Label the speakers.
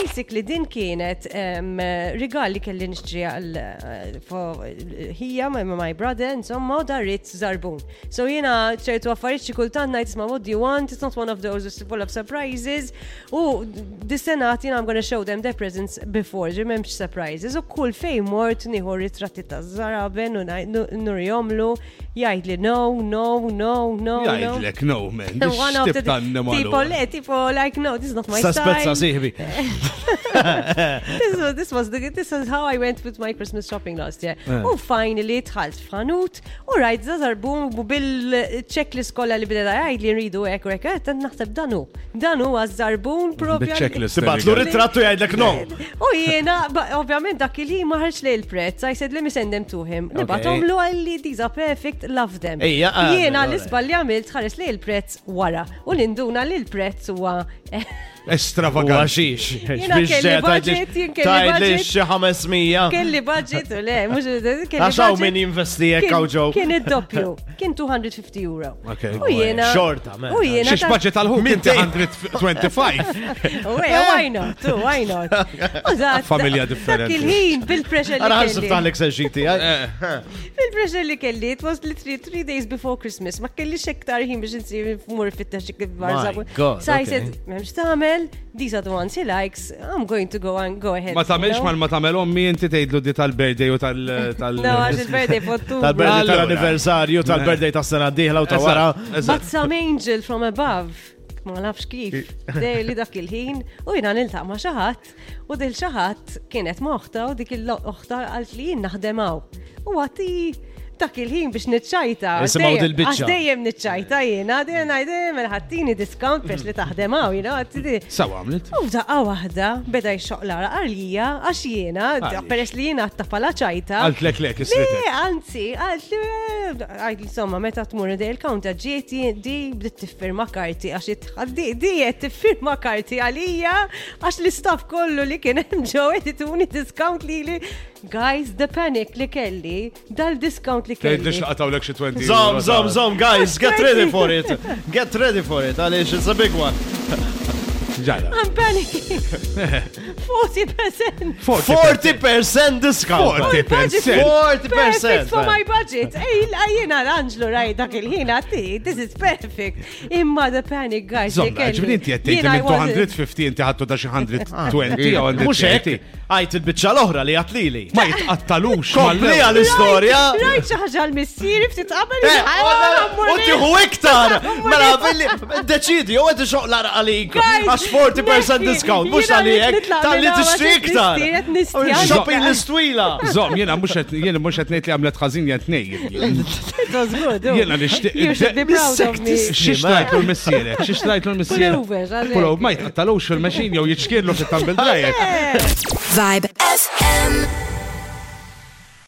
Speaker 1: basically din kienet um, rigal li kelli nixtri għal eh, hija ma' my brother, insomma, u darrit zarbun. So jena ċertu għaffariet xie kultant najt isma what do you want, it's not one of those it's full of surprises. U dis-senat jena I'm gonna show them their presents before, ġimemx surprises. U kull fej mort niħu ritratti ta' zaraben u nurjomlu, jgħid li no, no, no, no, no.
Speaker 2: Jgħidlek, no, man.
Speaker 1: One of the people,
Speaker 2: Tipo,
Speaker 1: eh, tipo, like, no, this is not my
Speaker 2: Saspezza
Speaker 1: style.
Speaker 2: siħbi.
Speaker 1: this was this was the, this is how I went with my Christmas shopping last year. U finally tħalt f'ħanut u rajt zazarbum u bil-checklist kollha li bideda jgħid li nridu hekk u hekk qed naħseb danu. Danu għaż-żarbun propja.
Speaker 2: Bil-checklist.
Speaker 3: Tibatlu ritrattu jgħidlek no.
Speaker 1: U jiena, ba- ovvjament dak li ma ħarx li l-prezz, I said let me send them to him. Nibatom lu għalli these are perfect, love them.
Speaker 3: Ejja, ah,
Speaker 1: Jiena
Speaker 3: alright.
Speaker 1: l-isbal li għamilt ħares li l-prezz wara. U l-induna li l-prezz huwa
Speaker 2: Estravagant.
Speaker 3: Għaxix.
Speaker 1: Jina kelli budget, jien kelli budget.
Speaker 3: xi 500.
Speaker 1: kelli budget u le, mux kelli
Speaker 3: Għaxaw
Speaker 1: budget.
Speaker 3: min jinvesti jekk
Speaker 1: Kien-
Speaker 3: għaw ġew.
Speaker 1: Kien id-doppju, kien 250 euro.
Speaker 2: Okay,
Speaker 1: U jiena.
Speaker 3: Xorta, man.
Speaker 1: U jiena.
Speaker 2: Xiex
Speaker 1: ta-
Speaker 2: budget tal-ħu?
Speaker 3: Minn
Speaker 2: Minti 125.
Speaker 1: U eh, why not? Tu, why not? U zat-
Speaker 2: Familja
Speaker 1: Dak
Speaker 2: differenti.
Speaker 1: il-ħin bil-pressure
Speaker 3: Għara
Speaker 1: li
Speaker 3: ħansib
Speaker 1: kelli.
Speaker 3: taħlek seġiti.
Speaker 1: Bil-pressure li kelli, it was literally three days before Christmas. Ma kelli xektar ħin biex nsir mur fit xik barza.
Speaker 3: My God,
Speaker 1: So I
Speaker 3: okay.
Speaker 1: said, memx tamel, these are the ones he likes, I'm going to go and go ahead.
Speaker 2: Ma
Speaker 1: you
Speaker 2: tamelx
Speaker 1: know?
Speaker 2: mal ma tamel ommi inti tgħidlu di tal-birthday u tal- tal-
Speaker 1: No, għax il-birthday fottu.
Speaker 3: Tal-birthday
Speaker 2: Allora.
Speaker 3: tal-anniversarju, tal-birthday tas-sena d-dieħla u ta'
Speaker 2: Eżatt,
Speaker 3: wara.
Speaker 2: eżatt.
Speaker 1: But some angel from above. Ma nafx kif. Dej li dak il-ħin u jina niltaq ma xaħat u dil xaħat kienet moħta u dik il-oħta għalt li jien naħdemaw. U għati dak il-ħin biex nitċajta.
Speaker 3: Nisimaw
Speaker 1: dejjem-
Speaker 3: dil-bitċa.
Speaker 1: għax Dejjem nitċajta jiena, dejjem "Eh, għajdem ħattini discount biex li taħdemaw, jina għati
Speaker 2: Sawa għamlet.
Speaker 1: U daqqa wahda beda jxoqla għalija għax jiena,
Speaker 2: Għaliex?
Speaker 1: peress li jiena għattapala ċajta.
Speaker 2: Għalt lek lek,
Speaker 1: Le,
Speaker 2: isritek.
Speaker 1: anzi, għalt li, għajt insomma, meta tmur id il-kaunta ġieti, di bdiet tiffirma karti, għax itħaddi, di qed tiffirma karti għalija, għax l-istaff kollu li kien hemm ġew qed ituni discount li li. Guys, the panic li kelli, dal-discount li
Speaker 2: Tgħidli
Speaker 1: kelli.
Speaker 2: xaqtaw lek xi 20.
Speaker 3: Zom, zom, zom, guys, get ready for it. Get ready for it, għalix, it's a big one.
Speaker 2: Ġara.
Speaker 1: I'm panicking. 40%.
Speaker 3: 40% discount.
Speaker 2: 40%.
Speaker 3: 40%.
Speaker 1: Perfect for my budget. Ej, jena l-Anġlu raj dak il-ħin għati, this is perfect. Imma the panic, guys. li
Speaker 2: Zom,
Speaker 1: kelli.
Speaker 2: ġibni inti għattejt
Speaker 1: Jien, I
Speaker 2: minn
Speaker 1: wasn't-
Speaker 2: 250 inti ħattu da xi 120 u
Speaker 3: Mux hekk,
Speaker 2: 130.
Speaker 3: għajt il-bicċa l-oħra li għatlili.
Speaker 2: Ma jitqattalux.
Speaker 3: Kompli
Speaker 2: mal-lew.
Speaker 3: għal-istoria.
Speaker 1: Rajt xaħġa l-missiri ftit
Speaker 2: Eh,
Speaker 1: qabel.
Speaker 2: oh,
Speaker 3: U Eh, tiħu iktar! Mela, billi, deċidi, u għed xoq lara għalik. Għax 40% discount, mux għalijek, tal-li t-ixtri iktar. Shopping list twila.
Speaker 2: Zom, jena mux qed- jena mux qed ngħid li għamlet ħażin jgħid ngħid. Jena nixtieq-
Speaker 1: oh. You should be proud of me.
Speaker 2: Xiex tajtlu l-missierek, xiex tajtlu l-missierek.
Speaker 1: Pullover, għalhekk.
Speaker 2: Pullover, ma jitqattalux fil-mexin jew jiċkirlu fit-tambil drajek.
Speaker 4: Vibe FM.